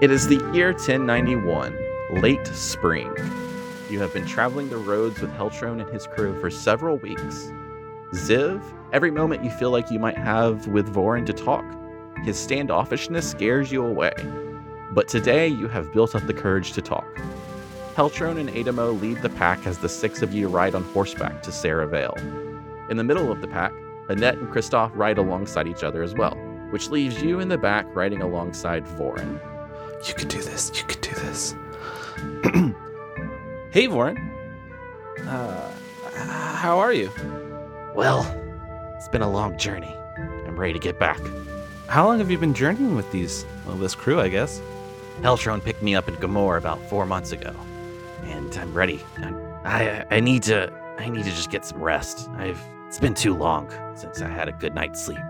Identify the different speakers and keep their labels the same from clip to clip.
Speaker 1: It is the year 1091, late spring. You have been traveling the roads with Heltron and his crew for several weeks. Ziv, every moment you feel like you might have with Vorin to talk, his standoffishness scares you away. But today you have built up the courage to talk. Heltron and Adamo lead the pack as the six of you ride on horseback to Sarah Vale. In the middle of the pack, Annette and Kristoff ride alongside each other as well, which leaves you in the back riding alongside Vorin.
Speaker 2: You could do this. You could do this.
Speaker 1: Hey, Vorin.
Speaker 2: Uh, h- how are you?
Speaker 1: Well, it's been a long journey. I'm ready to get back.
Speaker 2: How long have you been journeying with these? Well, this crew, I guess.
Speaker 1: Heltron picked me up in Gamor about four months ago, and I'm ready. I, I I need to I need to just get some rest. I've it's been too long since I had a good night's sleep.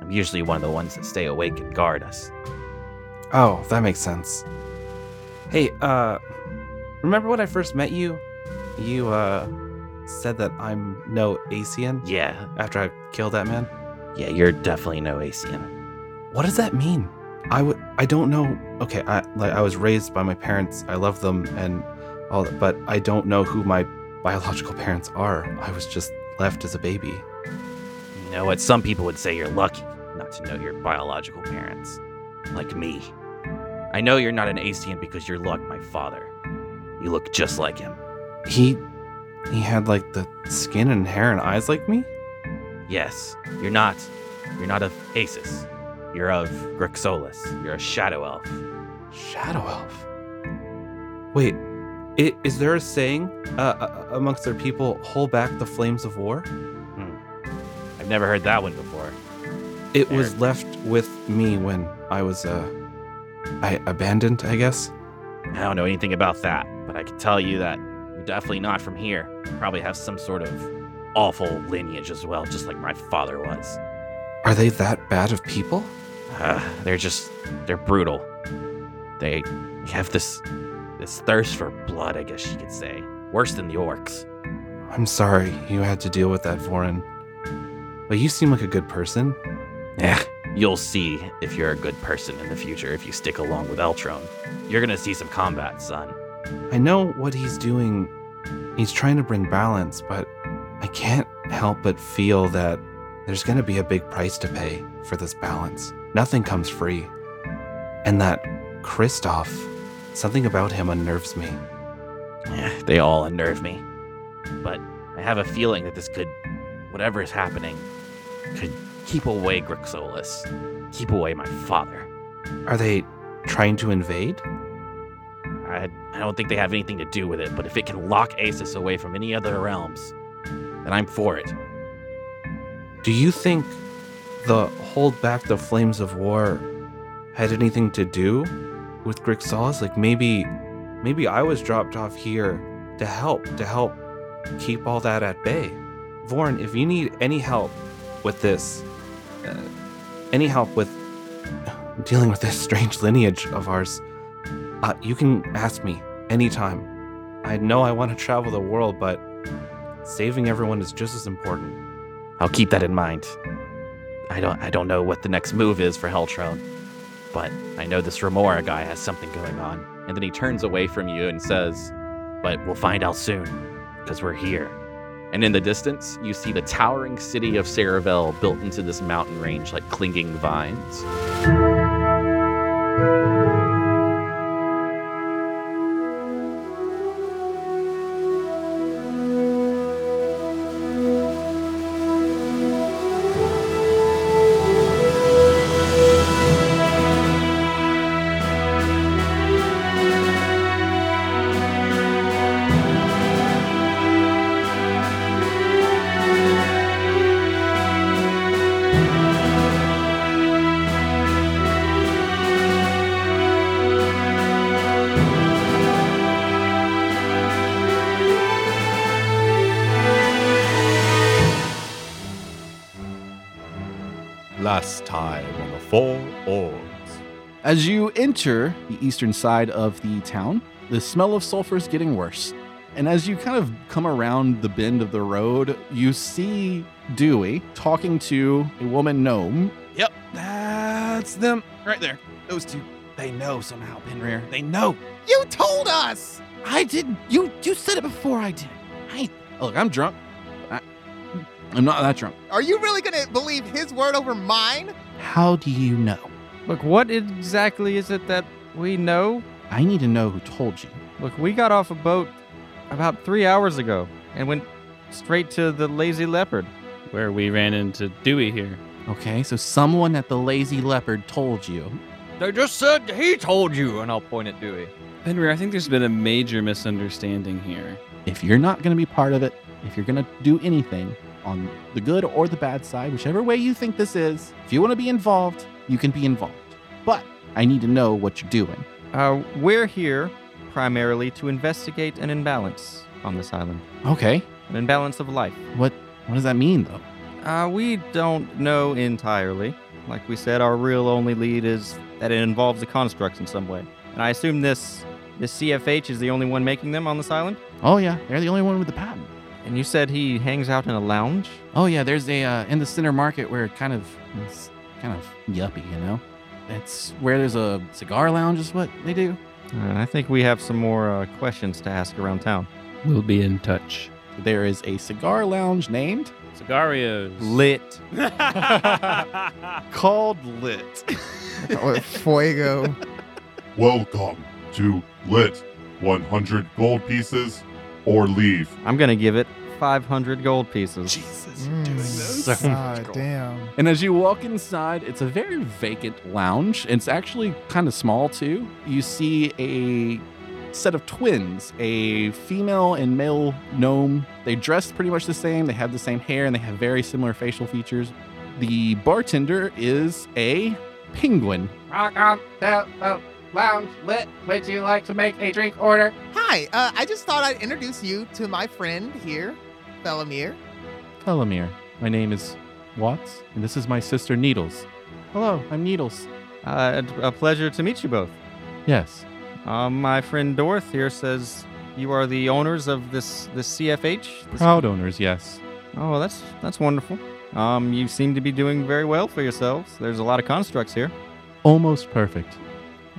Speaker 1: I'm usually one of the ones that stay awake and guard us.
Speaker 2: Oh, that makes sense. Hey, uh, remember when I first met you? You, uh, said that I'm no Asian
Speaker 1: Yeah,
Speaker 2: after I killed that man?
Speaker 1: yeah, you're definitely no Asian.
Speaker 2: What does that mean? I would, I don't know. Okay, I, like, I was raised by my parents. I love them and all that, but I don't know who my biological parents are. I was just left as a baby.
Speaker 1: You know what? Some people would say you're lucky not to know your biological parents, like me. I know you're not an Asian because you're like my father. You look just like him.
Speaker 2: He, he had like the skin and hair and eyes like me.
Speaker 1: Yes, you're not. You're not of Asus. You're of Grixolis. You're a shadow elf.
Speaker 2: Shadow elf. Wait, i- is there a saying uh, uh, amongst their people? Hold back the flames of war.
Speaker 1: I've never heard that one before.
Speaker 2: It was
Speaker 1: Eric.
Speaker 2: left with me when I was uh, I abandoned, I guess.
Speaker 1: I don't know anything about that, but I can tell you that you're definitely not from here. You probably have some sort of awful lineage as well, just like my father was.
Speaker 2: Are they that bad of people?
Speaker 1: Uh, they're just they're brutal. They have this this thirst for blood, I guess you could say. Worse than the orcs.
Speaker 2: I'm sorry you had to deal with that, Vorin. But you seem like a good person.
Speaker 1: Eh, you'll see if you're a good person in the future if you stick along with Eltron. You're gonna see some combat, son.
Speaker 2: I know what he's doing. He's trying to bring balance, but I can't help but feel that there's going to be a big price to pay for this balance. Nothing comes free. And that Kristoff, something about him unnerves me.
Speaker 1: Eh, they all unnerve me. But I have a feeling that this could, whatever is happening, could keep away Grixolis, keep away my father.
Speaker 2: Are they trying to invade?
Speaker 1: I, I don't think they have anything to do with it, but if it can lock Asus away from any other realms, then I'm for it.
Speaker 2: Do you think the hold back the flames of war had anything to do with Grixalis? Like maybe maybe I was dropped off here to help, to help keep all that at bay. Vorn, if you need any help with this, uh, any help with dealing with this strange lineage of ours, uh, you can ask me anytime. I know I want to travel the world, but saving everyone is just as important.
Speaker 1: I'll keep that in mind. I don't I don't know what the next move is for Heltron, but I know this Remora guy has something going on. And then he turns away from you and says, "But we'll find out soon, because we're here." And in the distance, you see the towering city of Saravel built into this mountain range like clinging vines.
Speaker 3: Last time on the Four Orbs.
Speaker 4: As you enter the eastern side of the town, the smell of sulfur is getting worse. And as you kind of come around the bend of the road, you see Dewey talking to a woman gnome.
Speaker 5: Yep, that's them right there. Those two.
Speaker 4: They know somehow, Penrir. They know. You told us. I didn't. You you said it before I did. I Oh, look. I'm drunk. I, I'm not that drunk.
Speaker 5: Are you really going to believe his word over mine?
Speaker 4: How do you know?
Speaker 6: Look, what exactly is it that we know?
Speaker 4: I need to know who told you.
Speaker 6: Look, we got off a boat about three hours ago and went straight to the Lazy Leopard.
Speaker 7: Where we ran into Dewey here.
Speaker 4: Okay, so someone at the Lazy Leopard told you.
Speaker 8: They just said he told you, and I'll point at Dewey.
Speaker 7: Henry, I think there's been a major misunderstanding here.
Speaker 4: If you're not going to be part of it, if you're going to do anything on the good or the bad side, whichever way you think this is, if you want to be involved, you can be involved. But I need to know what you're doing.
Speaker 6: Uh, we're here primarily to investigate an imbalance on this island,
Speaker 4: Okay.
Speaker 6: an imbalance of life.
Speaker 4: What what does that mean though?
Speaker 6: Uh, we don't know entirely. Like we said, our real only lead is that it involves the constructs in some way. And I assume this this CFH is the only one making them on this island.
Speaker 4: Oh yeah, they're the only one with the patent.
Speaker 6: And you said he hangs out in a lounge.
Speaker 4: Oh yeah, there's a uh, in the center market where it kind of it's kind of yuppie, you know. That's where there's a cigar lounge is what they do.
Speaker 6: Uh, I think we have some more uh, questions to ask around town.
Speaker 7: We'll be in touch.
Speaker 4: There is a cigar lounge named
Speaker 7: Cigarios.
Speaker 6: Lit.
Speaker 4: called Lit.
Speaker 5: Oh, fuego.
Speaker 9: Welcome to Lit 100 gold pieces or leave.
Speaker 6: I'm gonna give it 500 gold pieces.
Speaker 4: Jesus,
Speaker 5: Mm.
Speaker 4: those.
Speaker 5: Ah, damn.
Speaker 4: And as you walk inside, it's a very vacant lounge. It's actually kind of small, too. You see a set of twins, a female and male gnome. They dress pretty much the same, they have the same hair, and they have very similar facial features. The bartender is a penguin.
Speaker 5: Hi, uh, I just thought I'd introduce you to my friend here, Felomir.
Speaker 4: Telomere. My name is Watts, and this is my sister Needles. Hello, I'm Needles.
Speaker 6: Uh, it- a pleasure to meet you both.
Speaker 4: Yes.
Speaker 6: Uh, my friend Dorth here says you are the owners of this this CFH. This-
Speaker 4: Proud owners, yes.
Speaker 6: Oh, that's that's wonderful. Um, you seem to be doing very well for yourselves. There's a lot of constructs here.
Speaker 4: Almost perfect.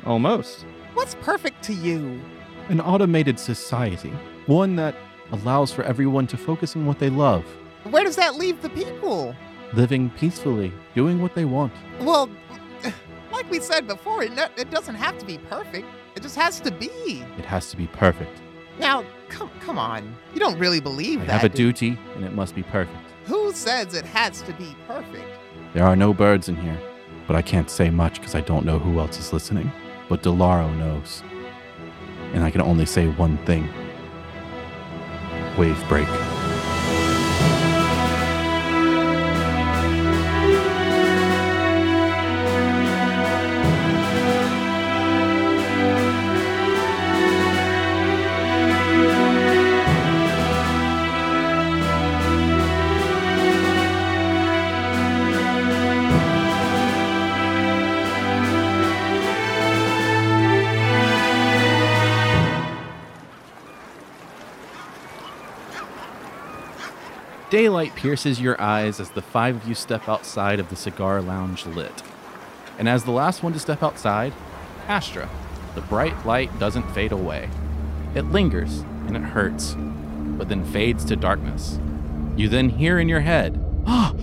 Speaker 6: Almost.
Speaker 5: What's perfect to you?
Speaker 4: an automated society, one that allows for everyone to focus on what they love,
Speaker 5: Where does that leave the people?
Speaker 4: living peacefully, doing what they want.
Speaker 5: Well, like we said before, it, no- it doesn't have to be perfect. It just has to be.
Speaker 4: It has to be perfect.
Speaker 5: Now, come come on. You don't really believe
Speaker 4: I
Speaker 5: that.
Speaker 4: have a
Speaker 5: do-
Speaker 4: duty, and it must be perfect.
Speaker 5: Who says it has to be perfect?
Speaker 4: There are no birds in here, but I can't say much because I don't know who else is listening. But Delaro knows. And I can only say one thing wave break. Daylight pierces your eyes as the five of you step outside of the cigar lounge lit. And as the last one to step outside, Astra. The bright light doesn't fade away. It lingers and it hurts, but then fades to darkness. You then hear in your head, "Ah,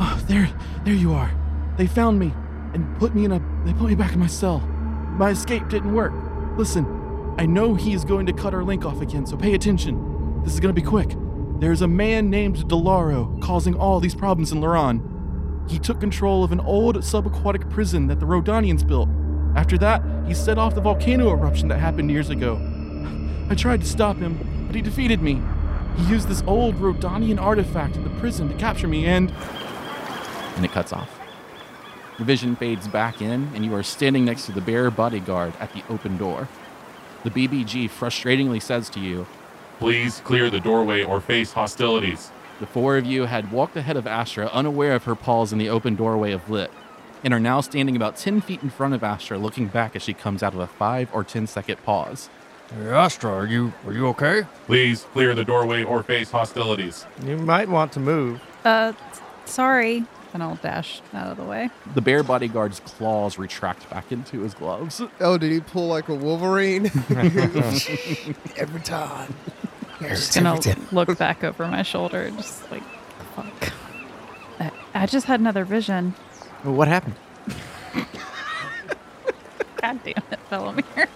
Speaker 4: ah, there, there you are. They found me and put me in a. They put me back in my cell. My escape didn't work. Listen, I know he is going to cut our link off again, so pay attention. This is going to be quick. There's a man named Delaro causing all these problems in Loran. He took control of an old subaquatic prison that the Rodanians built. After that, he set off the volcano eruption that happened years ago. I tried to stop him, but he defeated me. He used this old Rodanian artifact in the prison to capture me and. And it cuts off. The vision fades back in, and you are standing next to the bear bodyguard at the open door. The BBG frustratingly says to you,
Speaker 9: Please clear the doorway or face hostilities.
Speaker 4: The four of you had walked ahead of Astra, unaware of her pause in the open doorway of Lit, and are now standing about 10 feet in front of Astra, looking back as she comes out of a 5 or ten second pause.
Speaker 8: Hey, Astra, are you are you okay?
Speaker 9: Please clear the doorway or face hostilities.
Speaker 6: You might want to move.
Speaker 10: Uh, sorry. and I'll dash out of the way.
Speaker 4: The bear bodyguard's claws retract back into his gloves.
Speaker 11: Oh, did he pull like a Wolverine? Every time.
Speaker 10: I'm just gonna look back over my shoulder, just like, fuck. I, I just had another vision.
Speaker 5: Well, what happened?
Speaker 10: God damn it, Felomir.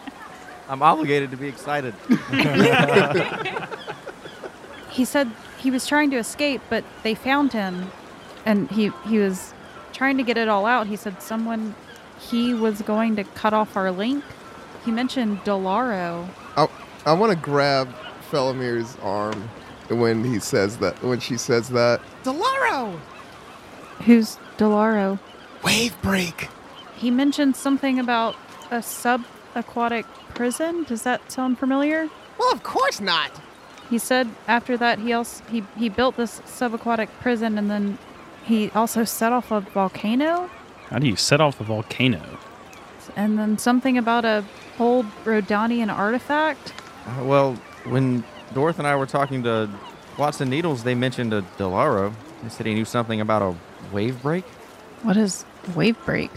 Speaker 6: I'm obligated to be excited. Uh,
Speaker 10: he said he was trying to escape, but they found him, and he he was trying to get it all out. He said someone he was going to cut off our link. He mentioned Dolaro.
Speaker 11: I, I want to grab Felomir's arm when he says that, when she says that.
Speaker 5: Delaro!
Speaker 10: Who's Dolaro?
Speaker 11: Wave break!
Speaker 10: He mentioned something about a sub-aquatic prison. Does that sound familiar?
Speaker 5: Well, of course not.
Speaker 10: He said after that he also he, he built this subaquatic prison and then he also set off a volcano
Speaker 7: How do you set off a volcano?
Speaker 10: and then something about a old Rodanian artifact.
Speaker 6: Uh, well, when Dorth and I were talking to Watson Needles, they mentioned a Delaro. They said he knew something about a wave break.
Speaker 10: What is wave break?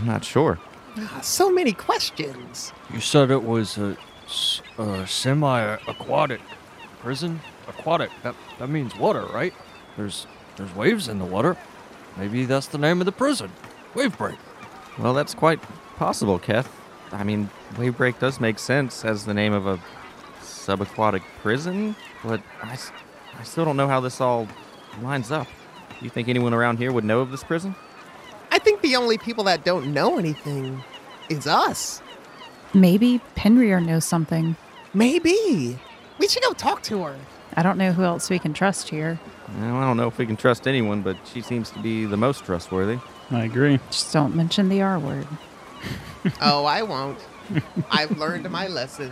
Speaker 6: I'm not sure.
Speaker 5: Ah, So many questions.
Speaker 8: You said it was a, s- a semi-aquatic prison. Aquatic. That that means water, right? There's there's waves in the water. Maybe that's the name of the prison. Wave break.
Speaker 6: Well, that's quite possible, Keth. I mean, wave break does make sense as the name of a subaquatic prison, but I, s- I still don't know how this all lines up. You think anyone around here would know of this prison?
Speaker 5: I think the only people that don't know anything is us.
Speaker 10: Maybe Penrier knows something.
Speaker 5: Maybe. We should go talk to her.
Speaker 10: I don't know who else we can trust here.
Speaker 6: Well, I don't know if we can trust anyone, but she seems to be the most trustworthy.
Speaker 7: I agree.
Speaker 10: Just don't mention the R word.
Speaker 5: oh, I won't. I've learned my lesson.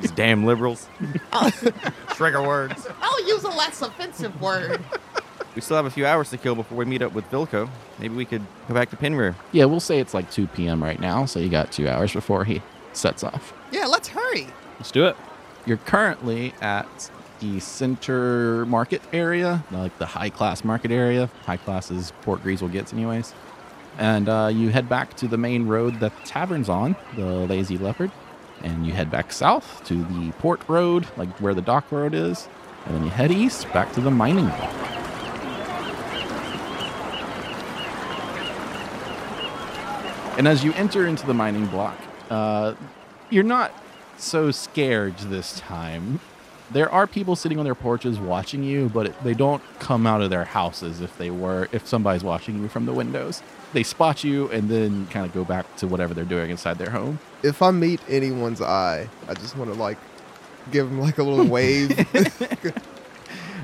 Speaker 6: These damn liberals. Trigger words.
Speaker 5: I'll use a less offensive word.
Speaker 6: We still have a few hours to kill before we meet up with Vilko. Maybe we could go back to Penrear.
Speaker 4: Yeah, we'll say it's like 2 p.m. right now, so you got two hours before he sets off.
Speaker 5: Yeah, let's hurry.
Speaker 7: Let's do it.
Speaker 4: You're currently at the center market area, like the high class market area. High class is Port Greasel gets, anyways. And uh, you head back to the main road that the tavern's on, the Lazy Leopard. And you head back south to the port road, like where the dock road is. And then you head east back to the mining block. And as you enter into the mining block, uh, you're not so scared this time. There are people sitting on their porches watching you, but it, they don't come out of their houses if they were if somebody's watching you from the windows. They spot you and then kind of go back to whatever they're doing inside their home.
Speaker 11: If I meet anyone's eye, I just want to like give him like a little wave.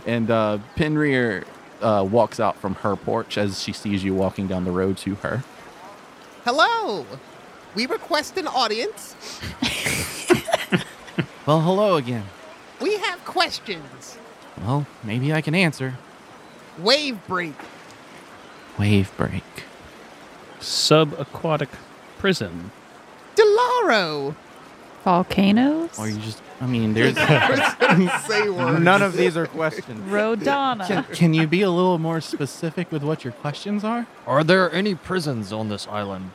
Speaker 4: And uh, Penrear uh, walks out from her porch as she sees you walking down the road to her.
Speaker 5: Hello. We request an audience.
Speaker 6: Well, hello again.
Speaker 5: We have questions.
Speaker 4: Well, maybe I can answer.
Speaker 5: Wave break.
Speaker 4: Wave break.
Speaker 7: Subaquatic prison.
Speaker 5: Delaro.
Speaker 10: Volcanoes?
Speaker 4: Or you just, I mean, there's.
Speaker 11: Say words.
Speaker 6: None of these are questions.
Speaker 10: Rodana.
Speaker 4: can you be a little more specific with what your questions are?
Speaker 8: Are there any prisons on this island?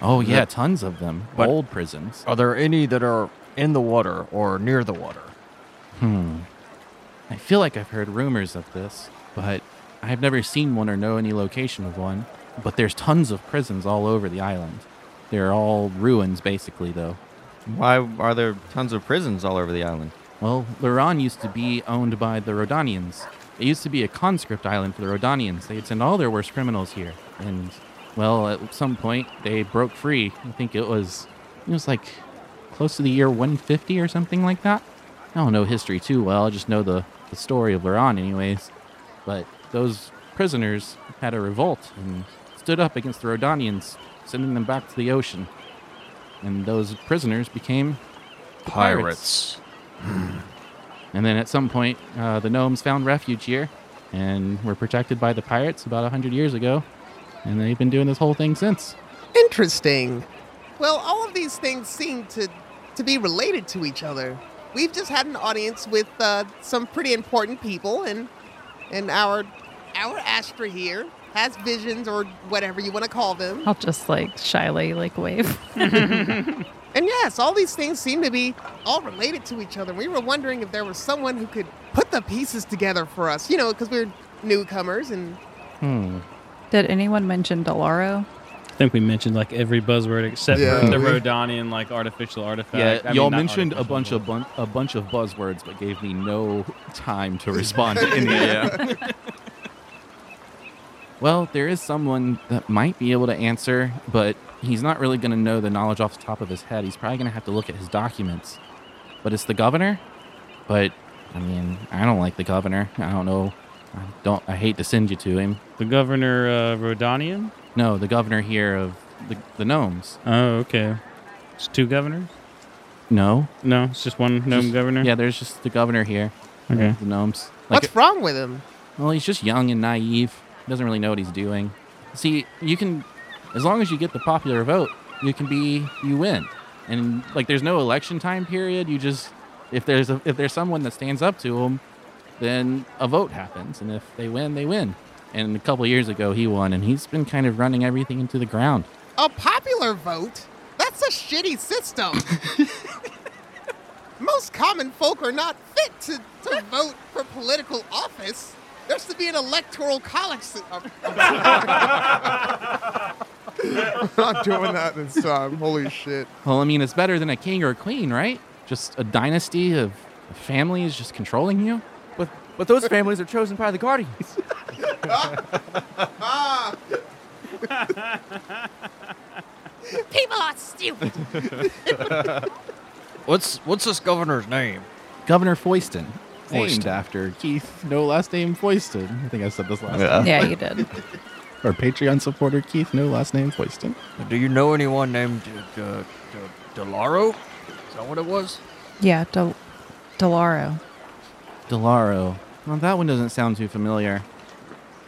Speaker 4: Oh, yeah, tons of them.
Speaker 8: But-
Speaker 4: Old prisons.
Speaker 8: Are there any that are in the water or near the water?
Speaker 4: Hmm. I feel like I've heard rumors of this, but I've never seen one or know any location of one. But there's tons of prisons all over the island. They're all ruins, basically, though.
Speaker 6: Why are there tons of prisons all over the island?
Speaker 4: Well, Luran used to be owned by the Rodanians. It used to be a conscript island for the Rodanians. They'd send all their worst criminals here. And, well, at some point, they broke free. I think it was, it was like close to the year 150 or something like that. I don't know history too well. I just know the, the story of Luran, anyways. But those prisoners had a revolt and stood up against the Rodanians, sending them back to the ocean. And those prisoners became and then at some point, uh, the gnomes found refuge here and were protected by the pirates about 100 years ago. And they've been doing this whole thing since.
Speaker 5: Interesting. Well, all of these things seem to to be related to each other. We've just had an audience with uh, some pretty important people, and and our our Astra here has visions or whatever you want to call them.
Speaker 10: I'll just like shyly like wave.
Speaker 5: And yes, all these things seem to be all related to each other. We were wondering if there was someone who could put the pieces together for us, you know, because we're newcomers and
Speaker 6: Hmm.
Speaker 10: Did anyone mention Delaro?
Speaker 7: I think we mentioned like every buzzword except
Speaker 4: Yeah,
Speaker 7: for the
Speaker 4: we-
Speaker 7: Rodanian like artificial
Speaker 4: Yeah,
Speaker 7: artifact. I mean,
Speaker 4: y'all
Speaker 7: not
Speaker 4: mentioned a
Speaker 7: artificial,
Speaker 4: bunch of bun- a bunch of buzzwords, but gave me no time to respond to any of them. Well, there is someone that might be able to answer, but he's not really going to know the knowledge off the top of his head. He's probably going to have to look at his documents. But it's the governor. But I mean, I don't like the governor. I don't know. I don't. I hate to send you to him.
Speaker 7: The governor uh, Rodanian?
Speaker 4: No, the governor here of the the gnomes.
Speaker 7: Oh, okay. It's two governors?
Speaker 4: No.
Speaker 7: No, it's just one gnome
Speaker 4: Just-
Speaker 7: governor?
Speaker 4: Yeah, there's just the governor here.
Speaker 7: Okay.
Speaker 4: The gnomes.
Speaker 5: what's wrong with him?
Speaker 4: Well, he's just young and naive. He doesn't really know what he's doing. See, you can, as long as you get the popular vote, you can be, you win. And like, there's no election time period. You just, if there's a, if there's someone that stands up to him, then a vote happens, and if they win, they win. And a couple years ago, he won, and he's been kind of running everything into the ground.
Speaker 5: A popular vote? That's a shitty system. Most common folk are not fit to, to vote for political office. There's to be an electoral college. oh. si-
Speaker 11: I'm not doing that this time. Holy shit.
Speaker 4: Well, I mean, it's better than a king or a queen, right? Just a dynasty of families just controlling you.
Speaker 6: But but those families are chosen by the guardians.
Speaker 5: People are stupid.
Speaker 8: What's what's this governor's name?
Speaker 4: Governor Foyston.
Speaker 8: Foyston.
Speaker 4: Named after Keith, no last name Foyston. I think I said this last
Speaker 8: Yeah.
Speaker 4: time.
Speaker 8: Yeah,
Speaker 10: you did.
Speaker 4: Our Patreon supporter Keith, no last name Foyston.
Speaker 8: Do you know anyone named uh, uh, De- Delaro? Is that what it was?
Speaker 10: Yeah, Del- Delaro.
Speaker 4: Delaro. Well, that one doesn't sound too familiar.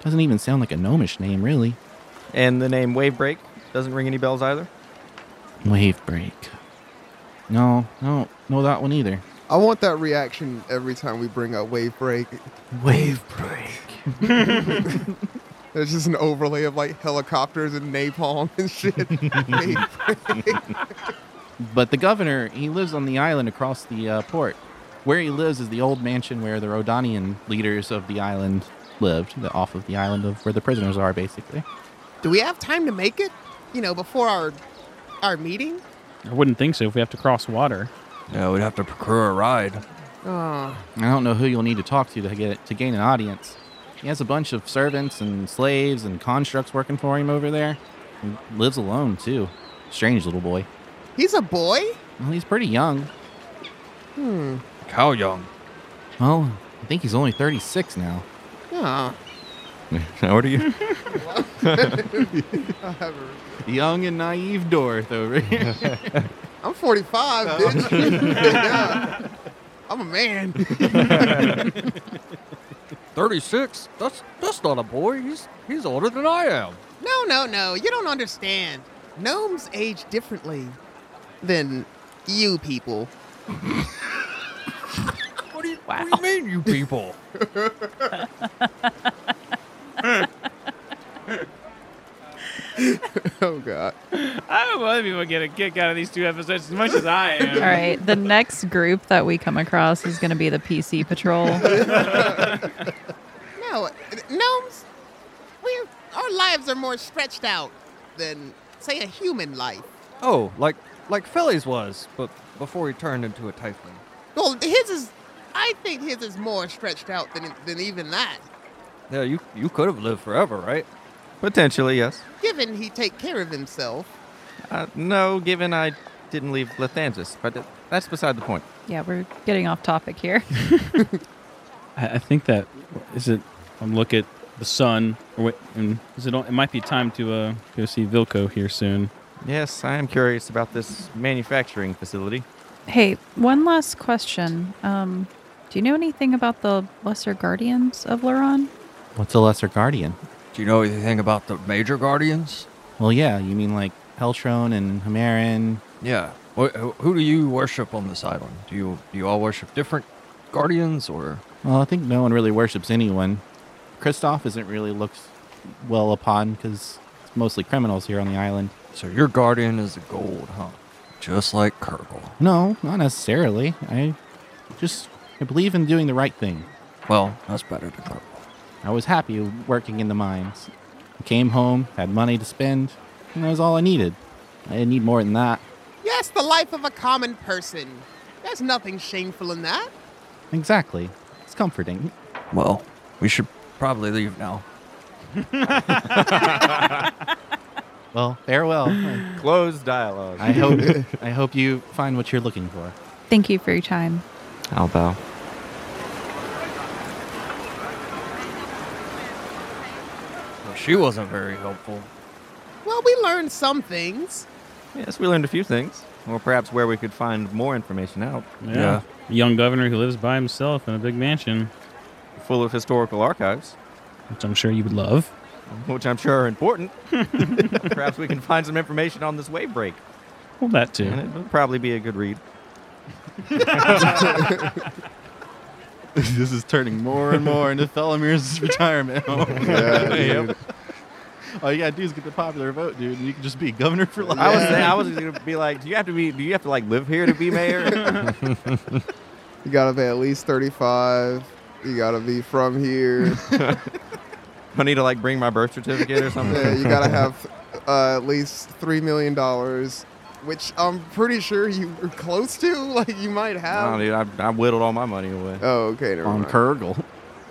Speaker 4: Doesn't even sound like a gnomish name, really.
Speaker 6: and the name Wavebreak doesn't ring any bells either.
Speaker 4: Wave break. No, no, no, that one either.
Speaker 11: I want that reaction every time we bring up wave break.
Speaker 4: Wave
Speaker 11: break. There's just an overlay of like helicopters and napalm and shit. Wave break.
Speaker 4: But the governor, he lives on the island across the uh, port. Where he lives is the old mansion where the Rodanian leaders of the island lived, the, off of the island of where the prisoners are, basically.
Speaker 5: Do we have time to make it? You know, before our our meeting?
Speaker 7: I wouldn't think so if we have to cross water.
Speaker 8: Yeah, we'd have to procure a ride.
Speaker 5: Oh.
Speaker 4: I don't know who you'll need to talk to to get to gain an audience. He has a bunch of servants and slaves and constructs working for him over there. He lives alone too. Strange little boy.
Speaker 5: He's a boy?
Speaker 4: Well, he's pretty young.
Speaker 5: Hmm.
Speaker 8: How young?
Speaker 4: Well, I think he's only 36 now.
Speaker 5: Oh.
Speaker 6: How old are you?
Speaker 4: young and naive Dorth over here.
Speaker 5: I'm 45, bitch. Yeah. I'm a man.
Speaker 8: Thirty-six. That's that's not a boy. He's he's older than I am.
Speaker 5: no, no, no. You don't understand. Gnomes age differently than you people.
Speaker 8: What do you, what do you mean, you people?
Speaker 11: oh god.
Speaker 7: I hope other people get a kick out of these two episodes as much as I am.
Speaker 10: All right, the next group that we come across is going to be the PC Patrol.
Speaker 5: No, gnomes, we our lives are more stretched out than, say, a human life.
Speaker 8: Oh, like like Phillies was, but before he turned into a typhon.
Speaker 5: Well, his is, I think his is more stretched out than, than even that,
Speaker 8: Yeah, you you could have lived forever, right?
Speaker 6: Potentially, yes.
Speaker 5: given he take care of himself.
Speaker 6: Uh, no, given I didn't leave Lathansis, but th- that's beside the point.
Speaker 10: yeah, we're getting off topic here.
Speaker 7: I, I think that is it. I'm look at the sun. Or wait, and is it? on- It might be time to uh, go see Vilco here soon.
Speaker 6: Yes, I am curious about this manufacturing facility.
Speaker 10: hey, one last question. Um, do you know anything about the Lesser Guardians of Laron?
Speaker 4: What's a lesser guardian?
Speaker 8: Do you know anything about the major guardians?
Speaker 4: Well, yeah, you mean like Peltron and Hamarin.
Speaker 8: Yeah. Wh- who who do you worship on this island? Do you do you all worship different guardians or?
Speaker 4: Well, I think no one really worships anyone. Kristoff isn't really looked well upon because it's mostly criminals here on the island.
Speaker 8: So your guardian is a gold, huh? Just like Kergel.
Speaker 4: No, not necessarily. I just I believe in doing the right thing.
Speaker 8: Well, that's better than Kergel.
Speaker 4: I was happy working in the mines. I came home, had money to spend, and that was all I needed. I didn't need more than that.
Speaker 5: Yes, the life of a common person. There's nothing shameful in that.
Speaker 4: Exactly. It's comforting.
Speaker 8: Well, we should probably leave now.
Speaker 4: Well, farewell.
Speaker 3: Close dialogue.
Speaker 4: I hope I hope you find what you're looking for.
Speaker 10: Thank you for your time.
Speaker 6: I'll bow.
Speaker 8: Well, she wasn't very helpful.
Speaker 5: Well, we learned some things.
Speaker 6: Yes, we learned a few things, or perhaps where we could find more information out.
Speaker 7: Yeah. A young governor who lives by himself in a big mansion,
Speaker 6: full of historical archives,
Speaker 7: which I'm sure you would love.
Speaker 6: which I'm sure are important. perhaps we can find some information on this wave break,
Speaker 7: Well, that too.
Speaker 6: and it would probably be a good read.
Speaker 4: this is turning more and more into Felamir's retirement home.
Speaker 11: Yeah,
Speaker 4: Yep.
Speaker 11: dude.
Speaker 4: Oh, All you gotta do is get the popular vote, dude, and you can just be governor for life.
Speaker 6: I was I was gonna be like, do you have to be? Do you have to like live here to be mayor?
Speaker 11: You gotta be at least 35. You gotta be from here.
Speaker 6: I need to like bring my birth certificate or something.
Speaker 11: yeah, you gotta have uh, at least three million dollars, which I'm pretty sure you were close to. Like you might
Speaker 6: No,
Speaker 11: have.
Speaker 6: dude, I, I whittled all my money away
Speaker 11: Oh, okay. Never
Speaker 4: on
Speaker 11: mind.
Speaker 4: Kurgle.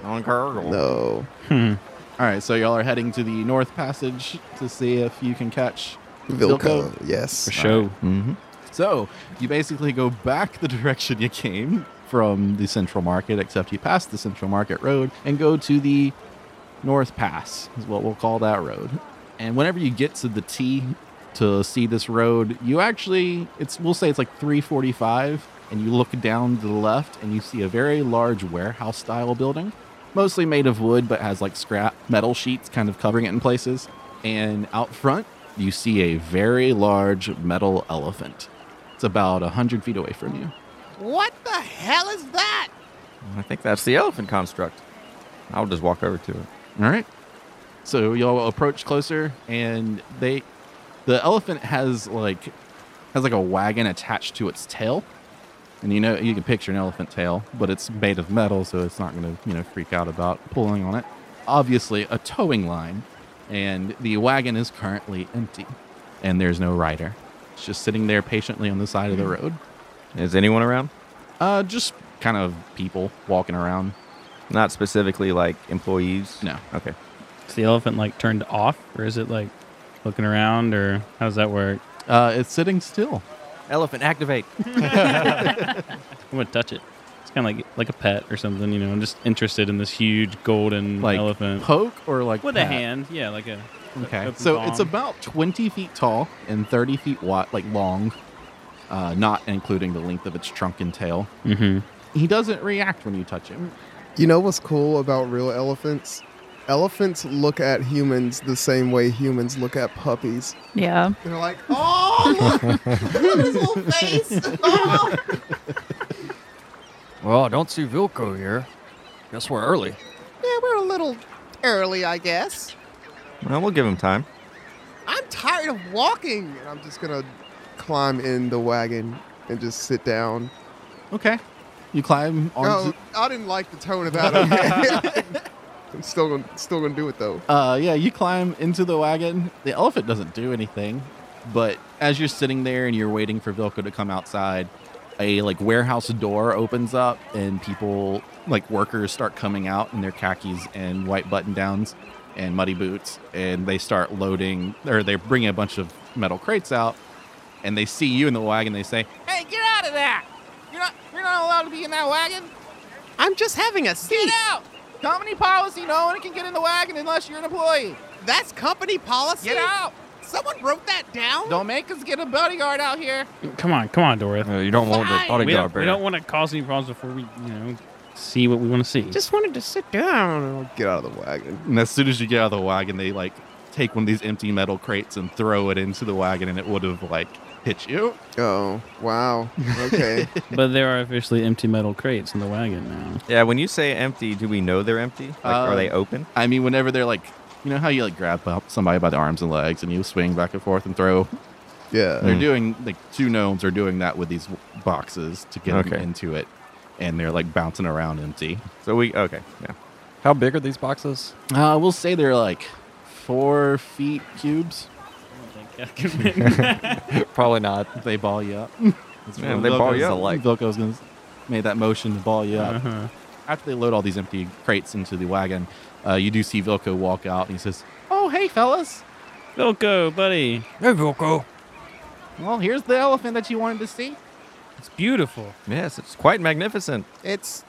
Speaker 6: on Kergel.
Speaker 11: No.
Speaker 7: Hmm.
Speaker 4: All right, so y'all are heading to the North Passage to see if you can catch
Speaker 11: Vilco.
Speaker 4: Vilco.
Speaker 11: Yes.
Speaker 7: For show.
Speaker 6: Mm-hmm.
Speaker 4: So you basically go back the direction you came from the central market, except you pass the central market road and go to the North Pass, is what we'll call that road. And whenever you get to the T to see this road, you actually it's we'll say it's like 345, and you look down to the left and you see a very large warehouse style building. Mostly made of wood, but has like scrap metal sheets kind of covering it in places. And out front, you see a very large metal elephant. It's about 100 feet away from you.
Speaker 5: What the hell is that?
Speaker 6: I think that's the elephant construct. I'll just walk over to it.
Speaker 4: All right. So y'all approach closer, and they, the elephant has like, has like a wagon attached to its tail, and you know you can picture an elephant tail, but it's made of metal, so it's not going to you know freak out about pulling on it. Obviously, a towing line, and the wagon is currently empty, and there's no rider. It's just sitting there patiently on the side of the
Speaker 7: Mm-hmm.
Speaker 4: road.
Speaker 6: Is anyone around?
Speaker 4: Uh, just kind of people walking around.
Speaker 6: Not specifically like employees.
Speaker 4: No.
Speaker 6: Okay.
Speaker 7: Is the elephant like turned off, or is it like looking around, or how does that work?
Speaker 4: Uh, it's sitting still.
Speaker 6: Elephant activate.
Speaker 7: I'm gonna touch it. It's kind of like like a pet or something, you know. I'm just interested in this huge golden
Speaker 4: Like
Speaker 7: elephant
Speaker 4: poke or like
Speaker 7: with a
Speaker 4: pat?
Speaker 7: hand. Yeah, like a
Speaker 4: Okay.
Speaker 7: open
Speaker 4: So it's
Speaker 7: palm.
Speaker 4: about 20 feet tall and 30 feet wide, like long, uh, not including the length of its trunk and tail.
Speaker 7: Mm-hmm.
Speaker 4: He doesn't react when you touch him.
Speaker 11: You know what's cool about real elephants? Elephants look at humans the same way humans look at puppies.
Speaker 10: Yeah.
Speaker 11: They're like,
Speaker 5: Oh, look, look at his little face. Oh.
Speaker 8: Well, I don't see Vilko here. Guess we're early.
Speaker 5: Yeah, we're a little early, I guess.
Speaker 6: Well, we'll give him time.
Speaker 5: I'm tired of walking.
Speaker 11: and I'm just gonna climb in the wagon and just sit down.
Speaker 4: Okay. You climb
Speaker 11: Oh,
Speaker 4: on.
Speaker 11: I didn't like the tone of that. Okay. I'm still gonna still gonna do it though.
Speaker 4: Uh, yeah, you climb into the wagon. The elephant doesn't do anything, but as you're sitting there and you're waiting for Vilko to come outside, a like warehouse door opens up and people like workers start coming out in their khakis and white button downs and muddy boots and they start loading or they bring a bunch of metal crates out and they see you in the wagon they say
Speaker 5: Hey, get out of there! You're not, you're not allowed to be in that wagon. I'm just having a seat. Get out! Company policy: no one can get in the wagon unless you're an employee. That's company policy. Get out! Someone wrote that down.
Speaker 4: don't make us get a bodyguard out here
Speaker 7: Come on, come on, Dora.
Speaker 8: Uh, you don't want the
Speaker 5: Fine.
Speaker 7: We
Speaker 8: bodyguard
Speaker 7: don't, we
Speaker 8: bear.
Speaker 7: don't want to cause any problems before we, you know, see what we want to see.
Speaker 5: Just wanted to sit down.
Speaker 11: Get out of the wagon.
Speaker 4: and as soon as you get out of the wagon they like take one of these empty metal crates and throw it into the wagon and it would have like hit you.
Speaker 11: Oh, wow. Okay.
Speaker 7: but there are officially empty metal crates in the wagon now.
Speaker 6: Yeah, when you say empty, do we know they're empty? Like, are they open?
Speaker 4: Uh, I mean, whenever they're like, you know how you like grab up somebody by the arms and legs and you swing back and forth and throw.
Speaker 11: Yeah.
Speaker 4: They're
Speaker 11: Mm.
Speaker 4: doing like two gnomes are doing that with these w- boxes to get 'em
Speaker 6: Okay.
Speaker 4: into it, and they're like bouncing around empty.
Speaker 6: So we okay, yeah.
Speaker 4: How big are these boxes? Uh, we'll say they're like four feet cubes.
Speaker 8: Probably not.
Speaker 4: They ball you up. That's
Speaker 6: Yeah,
Speaker 4: what
Speaker 6: they ball you
Speaker 4: Velcro's
Speaker 6: up.
Speaker 4: Like. Velcro's gonna s- made that motion to ball you up.
Speaker 7: Uh-huh.
Speaker 4: After they load all these empty crates into the wagon, uh, you do see Velko walk out, and he says, "Oh, hey, fellas.
Speaker 7: Vilko, buddy.
Speaker 8: Hey, Vilko.
Speaker 5: Well, here's the elephant that you wanted to see.
Speaker 8: It's beautiful.
Speaker 6: Yes, it's quite magnificent.
Speaker 5: It's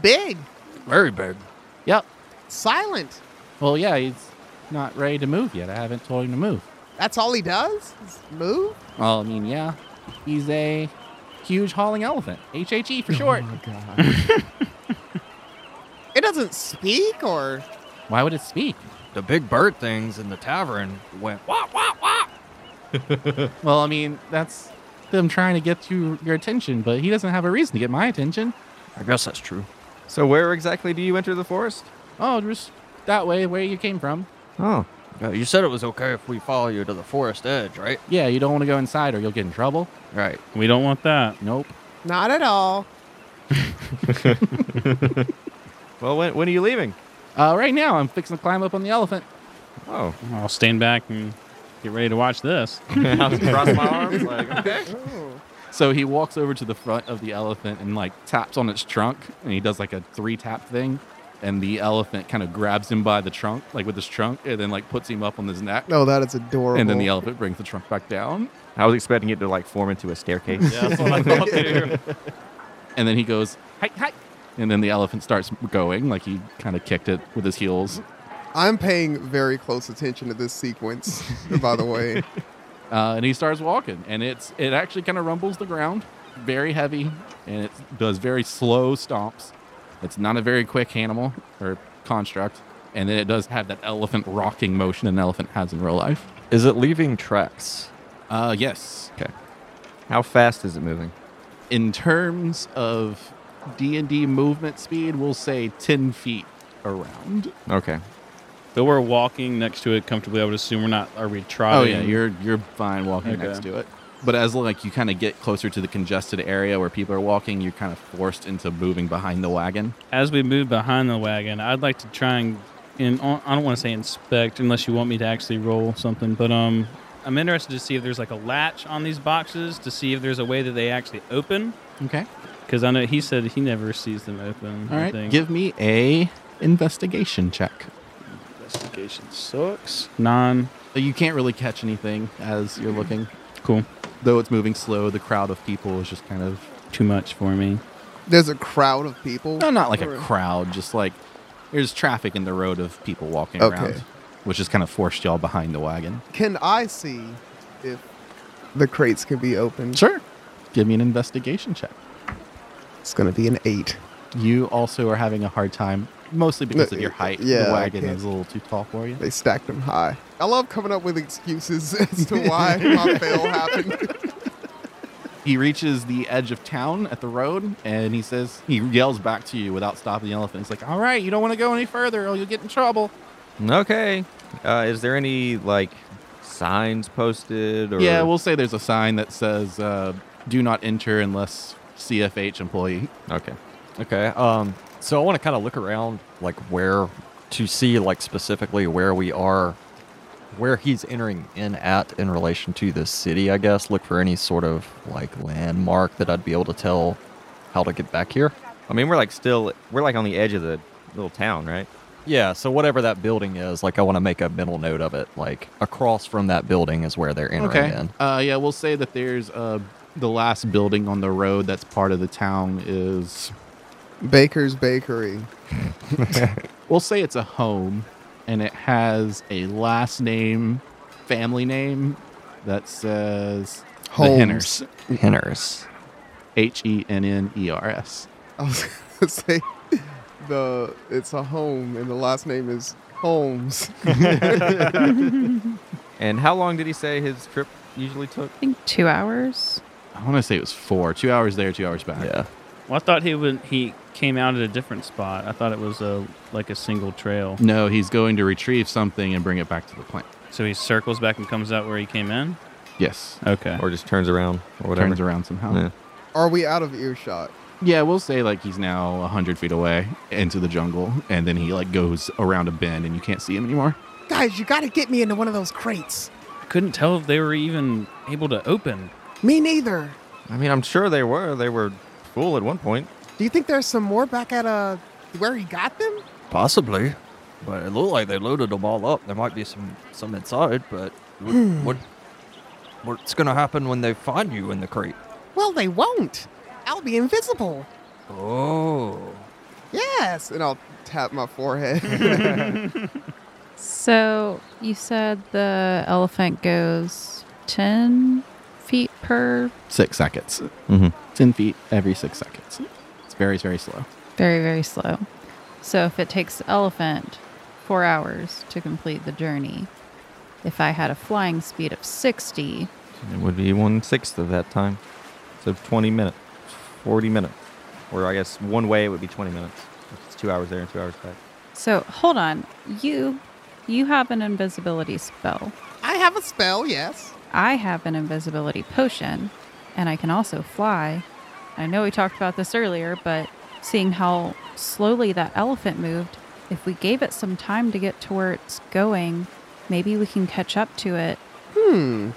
Speaker 5: big.
Speaker 8: Very big.
Speaker 4: Yep.
Speaker 5: Silent.
Speaker 4: Well, yeah, he's not ready to move yet. I haven't told him to move.
Speaker 5: That's all he does? Is move?
Speaker 4: Well, I mean, yeah, he's a huge hauling elephant, HHE for
Speaker 8: Oh
Speaker 4: short.
Speaker 5: It doesn't speak or.
Speaker 4: Why would it speak?
Speaker 8: The big bird things in the tavern went wah wah wah.
Speaker 4: well, I mean, that's them trying to get you your attention, but he doesn't have a reason to get my attention.
Speaker 8: I guess that's true.
Speaker 6: So where exactly do you enter the forest?
Speaker 4: Oh, just that way, where you came from.
Speaker 6: Oh.
Speaker 8: Yeah, you said it was okay if we follow you to the forest edge, right?
Speaker 4: Yeah, you don't want to go inside or you'll get in trouble.
Speaker 8: Right.
Speaker 7: We don't want that.
Speaker 4: Nope.
Speaker 5: Not at all.
Speaker 6: Well, when, when are you leaving?
Speaker 4: Uh, right now, I'm fixing to climb up on the elephant.
Speaker 6: Oh.
Speaker 7: I'll stand back and get ready to watch this.
Speaker 6: I'll just cross my arms like okay. Oh.
Speaker 4: So he walks over to the front of the elephant and like taps on its trunk, and he does like a three tap thing, and the elephant kind of grabs him by the trunk, like with his trunk, and then like puts him up on his neck.
Speaker 11: No, that is adorable.
Speaker 4: And then the elephant brings the trunk back down,
Speaker 6: I was expecting it to like form into a staircase.
Speaker 7: that's what I thought too.
Speaker 4: and then he goes, hi, hi. And then the elephant starts going, like he kind of kicked it with his heels.
Speaker 11: I'm paying very close attention to this sequence, by the way.
Speaker 4: Uh, and he starts walking, and it's it actually kind of rumbles the ground, very heavy, and it does very slow stomps. It's not a very quick animal or construct, and then it does have that elephant rocking motion an elephant has in real life.
Speaker 3: Is it leaving tracks?
Speaker 4: Uh, yes,
Speaker 6: Okay. How fast is it moving?
Speaker 4: in terms of D and D movement speed, we'll say ten feet around.
Speaker 6: Okay.
Speaker 7: Though we're walking next to it comfortably, I would assume we're not. Are we trotting?
Speaker 4: Oh yeah, you're you're fine walking
Speaker 7: Okay.
Speaker 4: next to it. But as like you kind of get closer to the congested area where people are walking, you're kind of forced into moving behind the wagon.
Speaker 7: As we move behind the wagon, I'd like to try and. In, I don't want to say inspect unless you want me to actually roll something, but um, I'm interested to see if there's like a latch on these boxes to see if there's a way that they actually open.
Speaker 4: Okay.
Speaker 7: Because I know he said he never sees them open.
Speaker 4: All
Speaker 7: I
Speaker 4: right,
Speaker 7: think.
Speaker 4: give me a investigation check.
Speaker 7: investigation sucks. Non.
Speaker 4: You can't really catch anything as you're looking,
Speaker 7: Cool.
Speaker 4: though it's moving slow. The crowd of people is just kind of
Speaker 7: Too much for me.
Speaker 11: There's a crowd of people.
Speaker 4: no, not like
Speaker 11: Or-
Speaker 4: a crowd, just like there's traffic in the road of people walking
Speaker 11: Okay.
Speaker 4: around, which is kind of forced y'all behind the wagon.
Speaker 11: Can I see if the crates can be opened?
Speaker 4: Sure, give me an investigation check.
Speaker 11: It's going to be an eight.
Speaker 4: You also are having a hard time, mostly because of your height.
Speaker 11: Uh, yeah,
Speaker 4: the
Speaker 11: I
Speaker 4: wagon
Speaker 11: can't-
Speaker 4: is a little too tall for you.
Speaker 11: They stacked them high. I love coming up with excuses as to why my fail happened.
Speaker 4: He reaches the edge of town at the road and he says, he yells back to you without stopping the elephant. He's like, All right, you don't want to go any further or you'll get in trouble.
Speaker 6: Okay. Uh, is there any like signs posted or
Speaker 4: Yeah, we'll say there's a sign that says, uh, Do not enter unless CFH employee.
Speaker 6: Okay.
Speaker 8: Okay. Um. So I want to kind of look around, like where to see, like specifically where we are, where he's entering in at in relation to the city. I guess look for any sort of like landmark that I'd be able to tell how to get back here.
Speaker 6: I mean we're like still we're like on the edge of the little town, right?
Speaker 8: Yeah. So whatever that building is, like I want to make a mental note of it. Like across from that building is where they're entering in.
Speaker 4: Uh, yeah, we'll say that there's uh, the last building on the road that's part of the town is,
Speaker 11: Baker's Bakery.
Speaker 4: we'll say it's a home and it has a last name, family name that says
Speaker 11: Holmes.
Speaker 4: the Henners.
Speaker 8: Henners.
Speaker 4: H E N N E R S.
Speaker 11: I was gonna say the it's a home and the last name is Holmes.
Speaker 6: And how long did he say his trip usually took?
Speaker 10: I think two hours.
Speaker 4: I want to say it was four. Two hours there, two hours back. Yeah.
Speaker 7: Well, I thought he would. He came out at a different spot. I thought it was a like a single trail.
Speaker 4: No, he's going to retrieve something and bring it back to the plant.
Speaker 7: So he circles back and comes out where he came in.
Speaker 4: Yes.
Speaker 7: Okay.
Speaker 6: Or just turns around or whatever.
Speaker 4: Turns around somehow.
Speaker 6: Yeah.
Speaker 11: Are we out of earshot?
Speaker 4: Yeah, we'll say like he's now hundred feet away into the jungle, and then he like goes around a bend, and you can't see him anymore.
Speaker 5: Guys, you gotta get me into one of those crates.
Speaker 7: I couldn't tell if they were even able to open.
Speaker 5: Me neither.
Speaker 6: I mean, I'm sure they were. They were full at one point.
Speaker 5: Do you think there's some more back at uh where he got them?
Speaker 8: Possibly, but it looked like they loaded them all up. There might be some some inside, but what, what what's gonna happen when they find you in the crate?
Speaker 5: Well, they won't. I'll be invisible.
Speaker 8: Oh,
Speaker 5: Yes.
Speaker 11: And I'll tap my forehead.
Speaker 10: So you said the elephant goes 10 feet per.
Speaker 4: Six seconds.
Speaker 6: Mm-hmm.
Speaker 4: Ten feet every six seconds. It's very very slow.
Speaker 10: Very, very slow. So if it takes the elephant four hours to complete the journey, if I had a flying speed of 60,
Speaker 6: It would be one sixth of that time. So 20 minutes, 40 minutes. Or I guess one way it would be 20 minutes. If It's two hours there and two hours back.
Speaker 10: so hold on. You you have an invisibility spell.
Speaker 5: I have a spell, yes.
Speaker 10: I have an invisibility potion, and I can also fly. I know we talked about this earlier, but seeing how slowly that elephant moved, if we gave it some time to get to where it's going, maybe we can catch up to it.
Speaker 11: Hmm.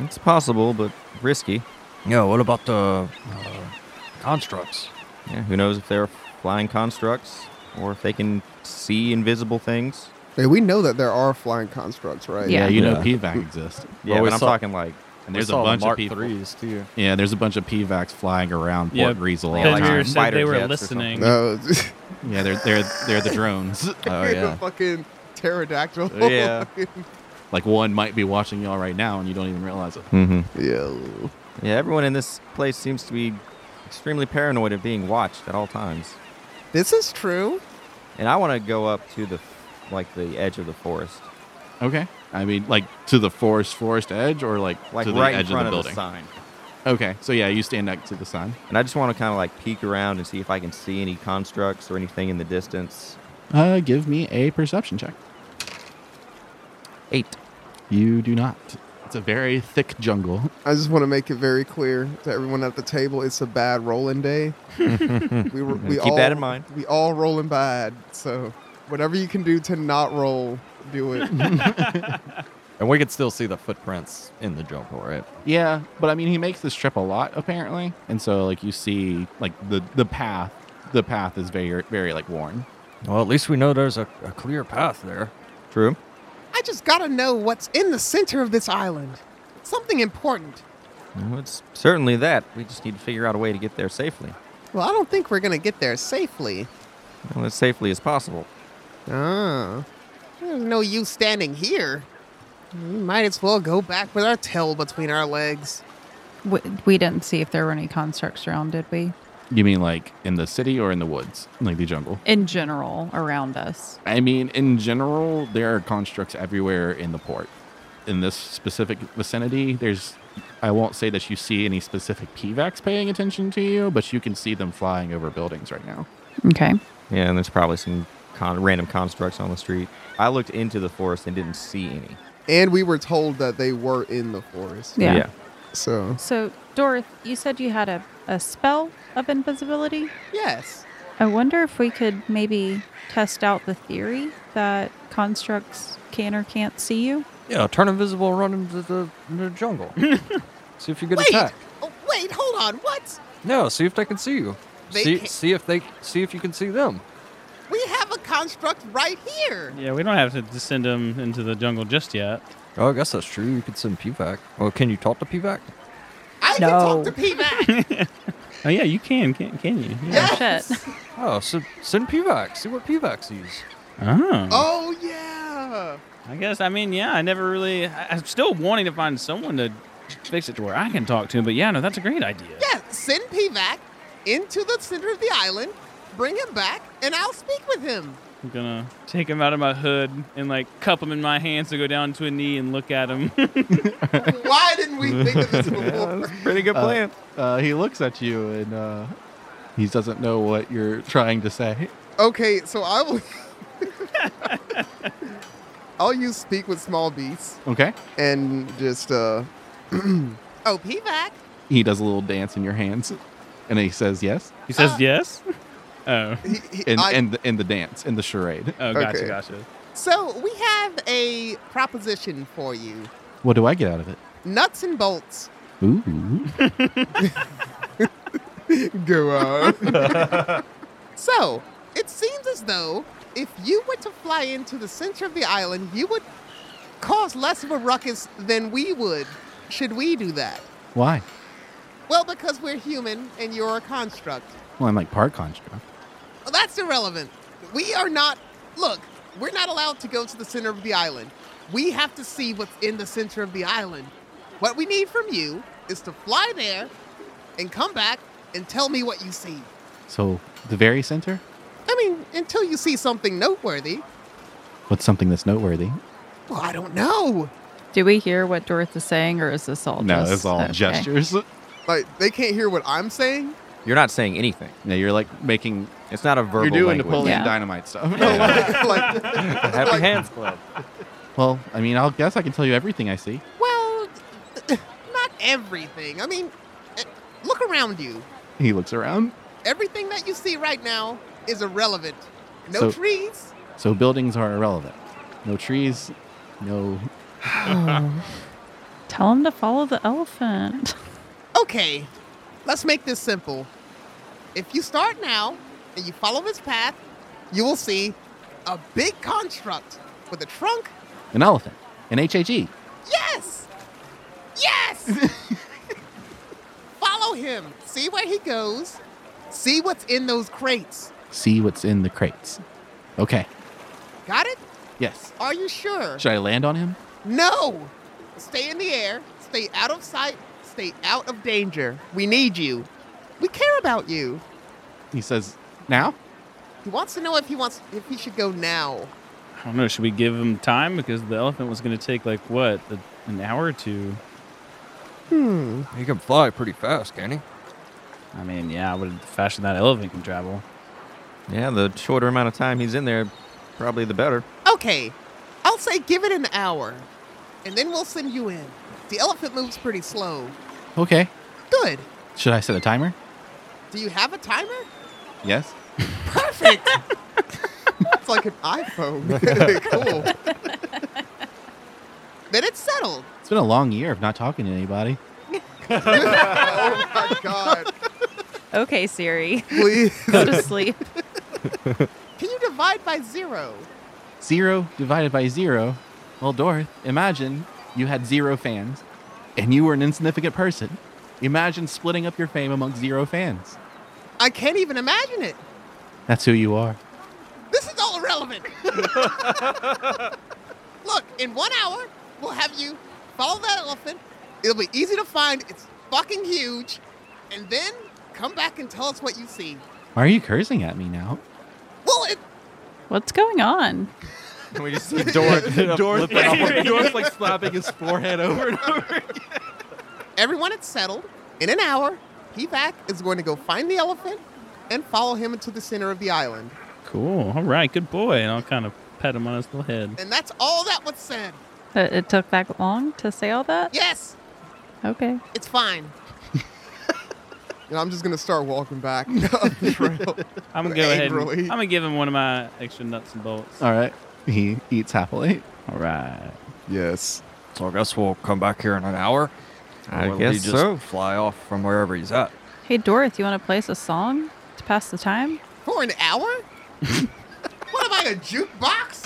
Speaker 6: It's possible, but risky.
Speaker 8: yeah. What about the uh, constructs?
Speaker 6: Yeah, who knows if they're flying constructs or if they can see invisible things.
Speaker 11: Hey, we know that there are flying constructs, right?
Speaker 10: Yeah. Yeah,
Speaker 4: You know
Speaker 6: Yeah.
Speaker 4: PVAC exists.
Speaker 6: Mm-hmm. Yeah,
Speaker 3: we
Speaker 6: but I'm
Speaker 3: saw-
Speaker 6: talking like.
Speaker 4: And
Speaker 6: we
Speaker 4: there's a
Speaker 6: saw the
Speaker 4: bunch of
Speaker 6: Mark
Speaker 4: people.
Speaker 6: IIIs, too.
Speaker 4: Yeah, there's a bunch of PVACs flying around Port
Speaker 7: Yeah,
Speaker 4: Breeze all the
Speaker 7: because you
Speaker 4: time.
Speaker 7: said they
Speaker 6: Fighter
Speaker 7: were
Speaker 6: jets or
Speaker 7: listening.
Speaker 11: No.
Speaker 4: Yeah, they're they're they're the drones.
Speaker 6: Oh,
Speaker 11: the fucking pterodactyl.
Speaker 6: Yeah.
Speaker 4: Like one might be watching y'all right now and you don't even realize it.
Speaker 6: Mm-hmm.
Speaker 11: yeah.
Speaker 6: Yeah, everyone in this place seems to be extremely paranoid of being watched at all times.
Speaker 11: This is true.
Speaker 6: And I want to go up to the like the edge of the forest,
Speaker 4: Okay. I mean, like to the forest forest edge or like,
Speaker 6: like
Speaker 4: to the
Speaker 6: right
Speaker 4: edge
Speaker 6: in front
Speaker 4: of
Speaker 6: of
Speaker 4: the
Speaker 6: the,
Speaker 4: building.
Speaker 6: sign.
Speaker 4: okay. So yeah, you stand next to the sign.
Speaker 6: And I just want to kind of like peek around and see if I can see any constructs or anything in the distance.
Speaker 4: Uh, give me a perception check.
Speaker 6: Eight.
Speaker 4: You do not. It's a very thick jungle.
Speaker 11: I just want to make it very clear to everyone at the table: it's a bad rolling day. we were, we
Speaker 6: Keep
Speaker 11: all,
Speaker 6: that in mind.
Speaker 11: We all rolling bad, so whatever you can do to not roll, do it.
Speaker 3: And we could still see the footprints in the jungle, right?
Speaker 4: Yeah, but I mean, he makes this trip a lot apparently, and so like you see, like the the path, the path is very very like worn.
Speaker 8: Well, at least we know there's a, a clear path there.
Speaker 6: True.
Speaker 5: I just gotta know what's in the center of this island. Something important.
Speaker 6: Well, it's certainly that. We just need to figure out a way to get there safely,
Speaker 5: Well, I don't think we're gonna get there safely.
Speaker 6: well, as safely as possible.
Speaker 11: ah,
Speaker 5: There's no use standing here. We might as well go back with our tail between our legs.
Speaker 10: We, we didn't see if there were any constructs around, did we?
Speaker 4: You mean like in the city or in the woods, like the jungle?
Speaker 10: In general, around us.
Speaker 4: I mean, in general, there are constructs everywhere in the port. In this specific vicinity, there's. I won't say that you see any specific PVACs paying attention to you, but you can see them flying over buildings right now.
Speaker 10: Okay.
Speaker 6: Yeah, and there's probably some con- random constructs on the street. I looked into the forest and didn't see any.
Speaker 11: and we were told that they were in the forest.
Speaker 10: Yeah.
Speaker 11: So
Speaker 10: So, Dorothy, you said you had a, a spell of invisibility?
Speaker 5: Yes.
Speaker 10: I wonder if we could maybe test out the theory that constructs can or can't see you.
Speaker 8: Yeah, turn invisible and run into the, into the jungle. see if you get
Speaker 5: Wait.
Speaker 8: attacked.
Speaker 5: Oh, wait, hold on. What?
Speaker 8: No, see if they can see you.
Speaker 5: They
Speaker 8: see,
Speaker 5: can't-
Speaker 8: see if they see if you can see them.
Speaker 5: We have a construct right here.
Speaker 7: Yeah, we don't have to send him into the jungle just yet.
Speaker 8: Oh, I guess that's true. You could send PVAC. Well, can you talk to PVAC?
Speaker 5: I can
Speaker 10: No.
Speaker 5: talk to PVAC.
Speaker 7: Oh yeah, you can, can, can you? Yeah.
Speaker 10: Shit.
Speaker 8: Oh, so send PVAC. See what PVAC sees.
Speaker 7: Oh.
Speaker 11: Oh yeah.
Speaker 7: I guess. I mean, yeah. I never really. I, I'm still wanting to find someone to fix it to where I can talk to him. But yeah, no, that's a great idea.
Speaker 5: yeah, send PVAC into the center of the island, bring him back, and I'll speak with him.
Speaker 7: I'm gonna take him out of my hood and like cup him in my hands to go down to a knee and look at him.
Speaker 11: Why didn't we think of this
Speaker 4: Yeah,
Speaker 11: before?
Speaker 4: pretty
Speaker 7: Oh,
Speaker 4: good
Speaker 3: Uh,
Speaker 4: plan.
Speaker 3: Uh, he looks at you and uh, he doesn't know what you're trying to say.
Speaker 11: Okay, so I will. I'll use speak with small beats
Speaker 4: Okay.
Speaker 11: and just uh. oh, P-Vac.
Speaker 4: He does a little dance in your hands, and he says yes.
Speaker 7: He says yes. Oh.
Speaker 4: and
Speaker 11: I-
Speaker 4: and the, and the dance and the charade.
Speaker 7: Oh, gotcha, Okay. gotcha.
Speaker 5: So we have a proposition for you.
Speaker 4: What do I get out of it?
Speaker 5: Nuts and bolts.
Speaker 4: Ooh.
Speaker 11: Go on.
Speaker 5: So it seems as though if you were to fly into the center of the island, you would cause less of a ruckus than we would. Should we do that?
Speaker 4: Why?
Speaker 5: Well, because we're human and you're a construct.
Speaker 4: Well, I'm like part construct.
Speaker 5: Well, that's irrelevant. We are not. Look, we're not allowed to go to the center of the island. We have to see what's in the center of the island. What we need from you is to fly there and come back and tell me what you see.
Speaker 4: So the very center.
Speaker 5: I mean, until you see something noteworthy.
Speaker 4: What's something that's noteworthy?
Speaker 5: Well, I don't know.
Speaker 10: Do we hear what Dorothy's saying, or is this all?
Speaker 4: No,
Speaker 10: just,
Speaker 4: it's all
Speaker 10: okay.
Speaker 4: gestures.
Speaker 11: Like they can't hear what I'm saying.
Speaker 6: You're not saying anything.
Speaker 4: No, you're like making.
Speaker 6: It's not a verbal.
Speaker 4: You're doing
Speaker 6: language.
Speaker 4: Napoleon Dynamite stuff.
Speaker 6: Happy Hands Club.
Speaker 4: well, I mean, I'll guess I can tell you everything I see.
Speaker 5: Well, not everything. I mean, eh, look around you.
Speaker 4: He looks around.
Speaker 5: Everything that you see right now is irrelevant. No
Speaker 4: So-
Speaker 5: trees.
Speaker 4: So buildings are irrelevant. No trees. No.
Speaker 10: Tell him to follow the elephant.
Speaker 5: Okay, let's make this simple. If you start now and you follow this path, you will see a big construct with a trunk.
Speaker 4: An elephant. An HAG.
Speaker 5: Yes! Yes! follow him. See where he goes. See what's in those crates.
Speaker 4: See what's in the crates. Okay.
Speaker 5: Got it?
Speaker 4: Yes.
Speaker 5: Are you sure?
Speaker 4: Should I land on him?
Speaker 5: No! Stay in the air, stay out of sight, stay out of danger. We need you. We care about you.
Speaker 4: He says, "Now."
Speaker 5: He wants to know if he wants if he should go now.
Speaker 7: I don't know. Should we give him time because the elephant was gonna take like what a, an hour or two?
Speaker 5: Hmm.
Speaker 8: He can fly pretty fast, can he?
Speaker 7: I mean, yeah, I would fashion that elephant can travel.
Speaker 6: Yeah, the shorter amount of time he's in there, probably the better.
Speaker 5: Okay. I'll say give it an hour. And then we'll send you in. The elephant moves pretty slow.
Speaker 4: Okay.
Speaker 5: Good.
Speaker 4: Should I set a timer?
Speaker 5: Do you have a timer?
Speaker 4: Yes.
Speaker 5: Perfect. it's like an iPhone. cool. then it's settled.
Speaker 4: It's been a long year of not talking to anybody.
Speaker 11: oh my god.
Speaker 10: Okay, Siri.
Speaker 11: Please.
Speaker 10: Go to sleep.
Speaker 5: Can you divide by zero?
Speaker 4: Zero divided by zero. Well, Dorth, imagine you had zero fans and you were an insignificant person. Imagine splitting up your fame among zero fans.
Speaker 5: I can't even imagine it.
Speaker 4: That's who you are.
Speaker 5: This is all irrelevant. Look, in one hour, we'll have you follow that elephant. It'll be easy to find. It's fucking huge. And then come back and tell us what you see.
Speaker 4: Why are you cursing at me now?
Speaker 5: Well, it,
Speaker 10: What's going on?
Speaker 6: And we just see
Speaker 4: Dorth like slapping his forehead over and over.
Speaker 5: everyone, it's settled. In an hour, P-Vac is going to go find the elephant and follow him into the center of the island.
Speaker 7: Cool. All right, good boy. And I'll kind of pat him on his little head.
Speaker 5: And that's all that was said.
Speaker 10: It, it took that long to say all that.
Speaker 5: Yes,
Speaker 10: Okay.
Speaker 5: it's fine.
Speaker 11: And I'm just gonna start walking back up the trail.
Speaker 7: I'm gonna go ahead. And,
Speaker 11: Angrily.
Speaker 7: I'm gonna give him one of my extra nuts and bolts.
Speaker 4: All right. He eats happily.
Speaker 7: All right.
Speaker 11: Yes.
Speaker 8: So I guess we'll come back here in an hour.
Speaker 6: I
Speaker 8: Or
Speaker 6: guess
Speaker 8: he just
Speaker 6: so.
Speaker 8: Fly off from wherever he's at.
Speaker 10: Hey, Dorothy, you want to play us a song to pass the time?
Speaker 5: For an hour? what am I, a jukebox?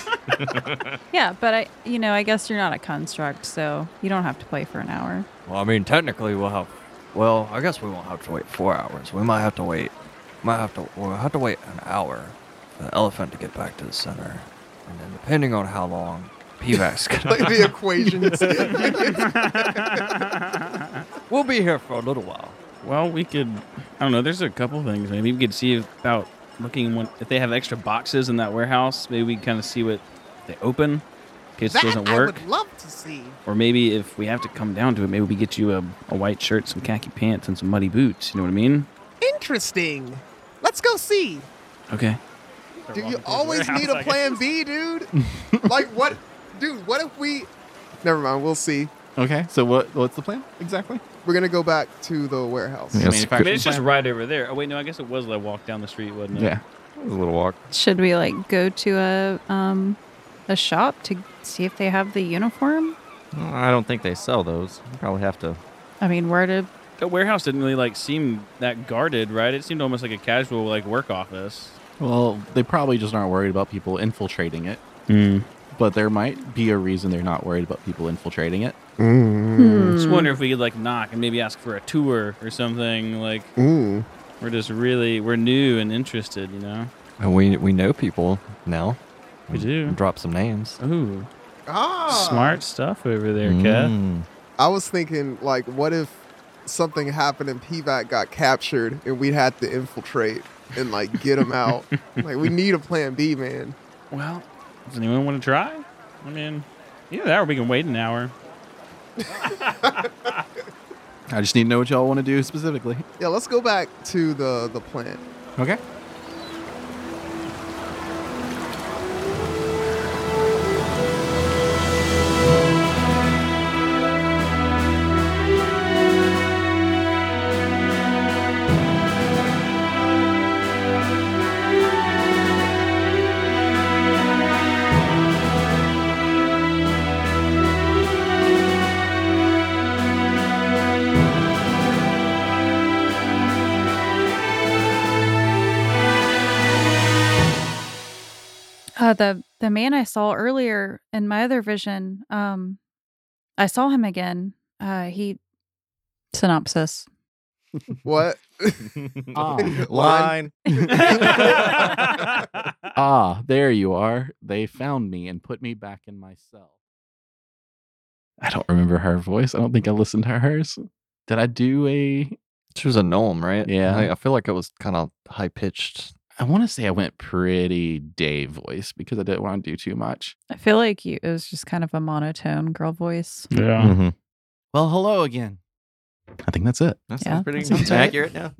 Speaker 10: Yeah, but I, you know, I guess you're not a construct, so you don't have to play for an hour.
Speaker 8: Well, I mean, technically, we'll have. Well, I guess we won't have to wait four hours. We might have to wait. Might have to. We'll have to wait an hour for the elephant to get back to the center, and then depending on how long PVAC's
Speaker 11: Like
Speaker 8: gonna.
Speaker 11: the equations.
Speaker 8: we'll be here for a little while.
Speaker 7: Well, we could. I don't know. There's a couple things. Maybe we could see about looking when, if they have extra boxes in that warehouse. Maybe we can kind of see what they open in case
Speaker 5: that
Speaker 7: it doesn't
Speaker 5: I
Speaker 7: work.
Speaker 5: would love to see.
Speaker 7: Or maybe if we have to come down to it, maybe we get you a, a white shirt, some khaki pants, and some muddy boots. You know what I mean?
Speaker 5: Interesting. Let's go see.
Speaker 7: Okay.
Speaker 11: Do you always need a plan B, dude? like what, dude? What if we? Never mind. We'll see.
Speaker 4: Okay, so what what's the plan exactly?
Speaker 11: We're gonna go back to the warehouse.
Speaker 7: I mean, it's just right over there. Oh wait, no, I guess it was that walk down the street, wasn't it?
Speaker 6: It was a little walk.
Speaker 10: Should we like go to a um a shop to see if they have the uniform?
Speaker 6: Well, I don't think they sell those. You probably have to.
Speaker 10: I mean, where to
Speaker 7: The warehouse didn't really like seem that guarded, right? It seemed almost like a casual like work office.
Speaker 4: Well, they probably just aren't worried about people infiltrating it. Hmm.
Speaker 7: Mm.
Speaker 4: But there might be a reason they're not worried about people infiltrating it.
Speaker 11: Mm.
Speaker 7: Just wonder if we could like knock and maybe ask for a tour or something. Like
Speaker 11: Ooh.
Speaker 7: we're just really we're new and interested, you know.
Speaker 8: And we we know people now.
Speaker 7: We do.
Speaker 8: Drop some names.
Speaker 7: Ooh.
Speaker 11: Ah.
Speaker 7: Smart stuff over there, Cat.
Speaker 8: Mm.
Speaker 11: I was thinking, like, what if something happened and PVAC got captured and we had to infiltrate and like get him out? like, we need a plan B, man.
Speaker 7: Well, does anyone want to try? I mean, either that or we can wait an hour.
Speaker 4: I just need to know what y'all want to do specifically.
Speaker 11: Yeah, let's go back to the the plant.
Speaker 4: Okay.
Speaker 10: Uh, the the man I saw earlier in my other vision, um, I saw him again. Uh, he synopsis.
Speaker 11: What?
Speaker 4: Ah.
Speaker 11: Line.
Speaker 4: ah, there you are. They found me and put me back in my cell. I don't remember her voice. I don't think I listened to hers. Did I do a?
Speaker 8: She was a gnome, right?
Speaker 4: Yeah.
Speaker 8: I, I feel like it was kind of high pitched.
Speaker 4: I want to say I went pretty day voice because I didn't want to do too much.
Speaker 10: I feel like you. It was just kind of a monotone girl voice.
Speaker 7: Yeah.
Speaker 4: Well, hello again. I think that's it.
Speaker 6: That
Speaker 10: Yeah,
Speaker 6: sounds pretty
Speaker 10: that sounds right.
Speaker 6: accurate now.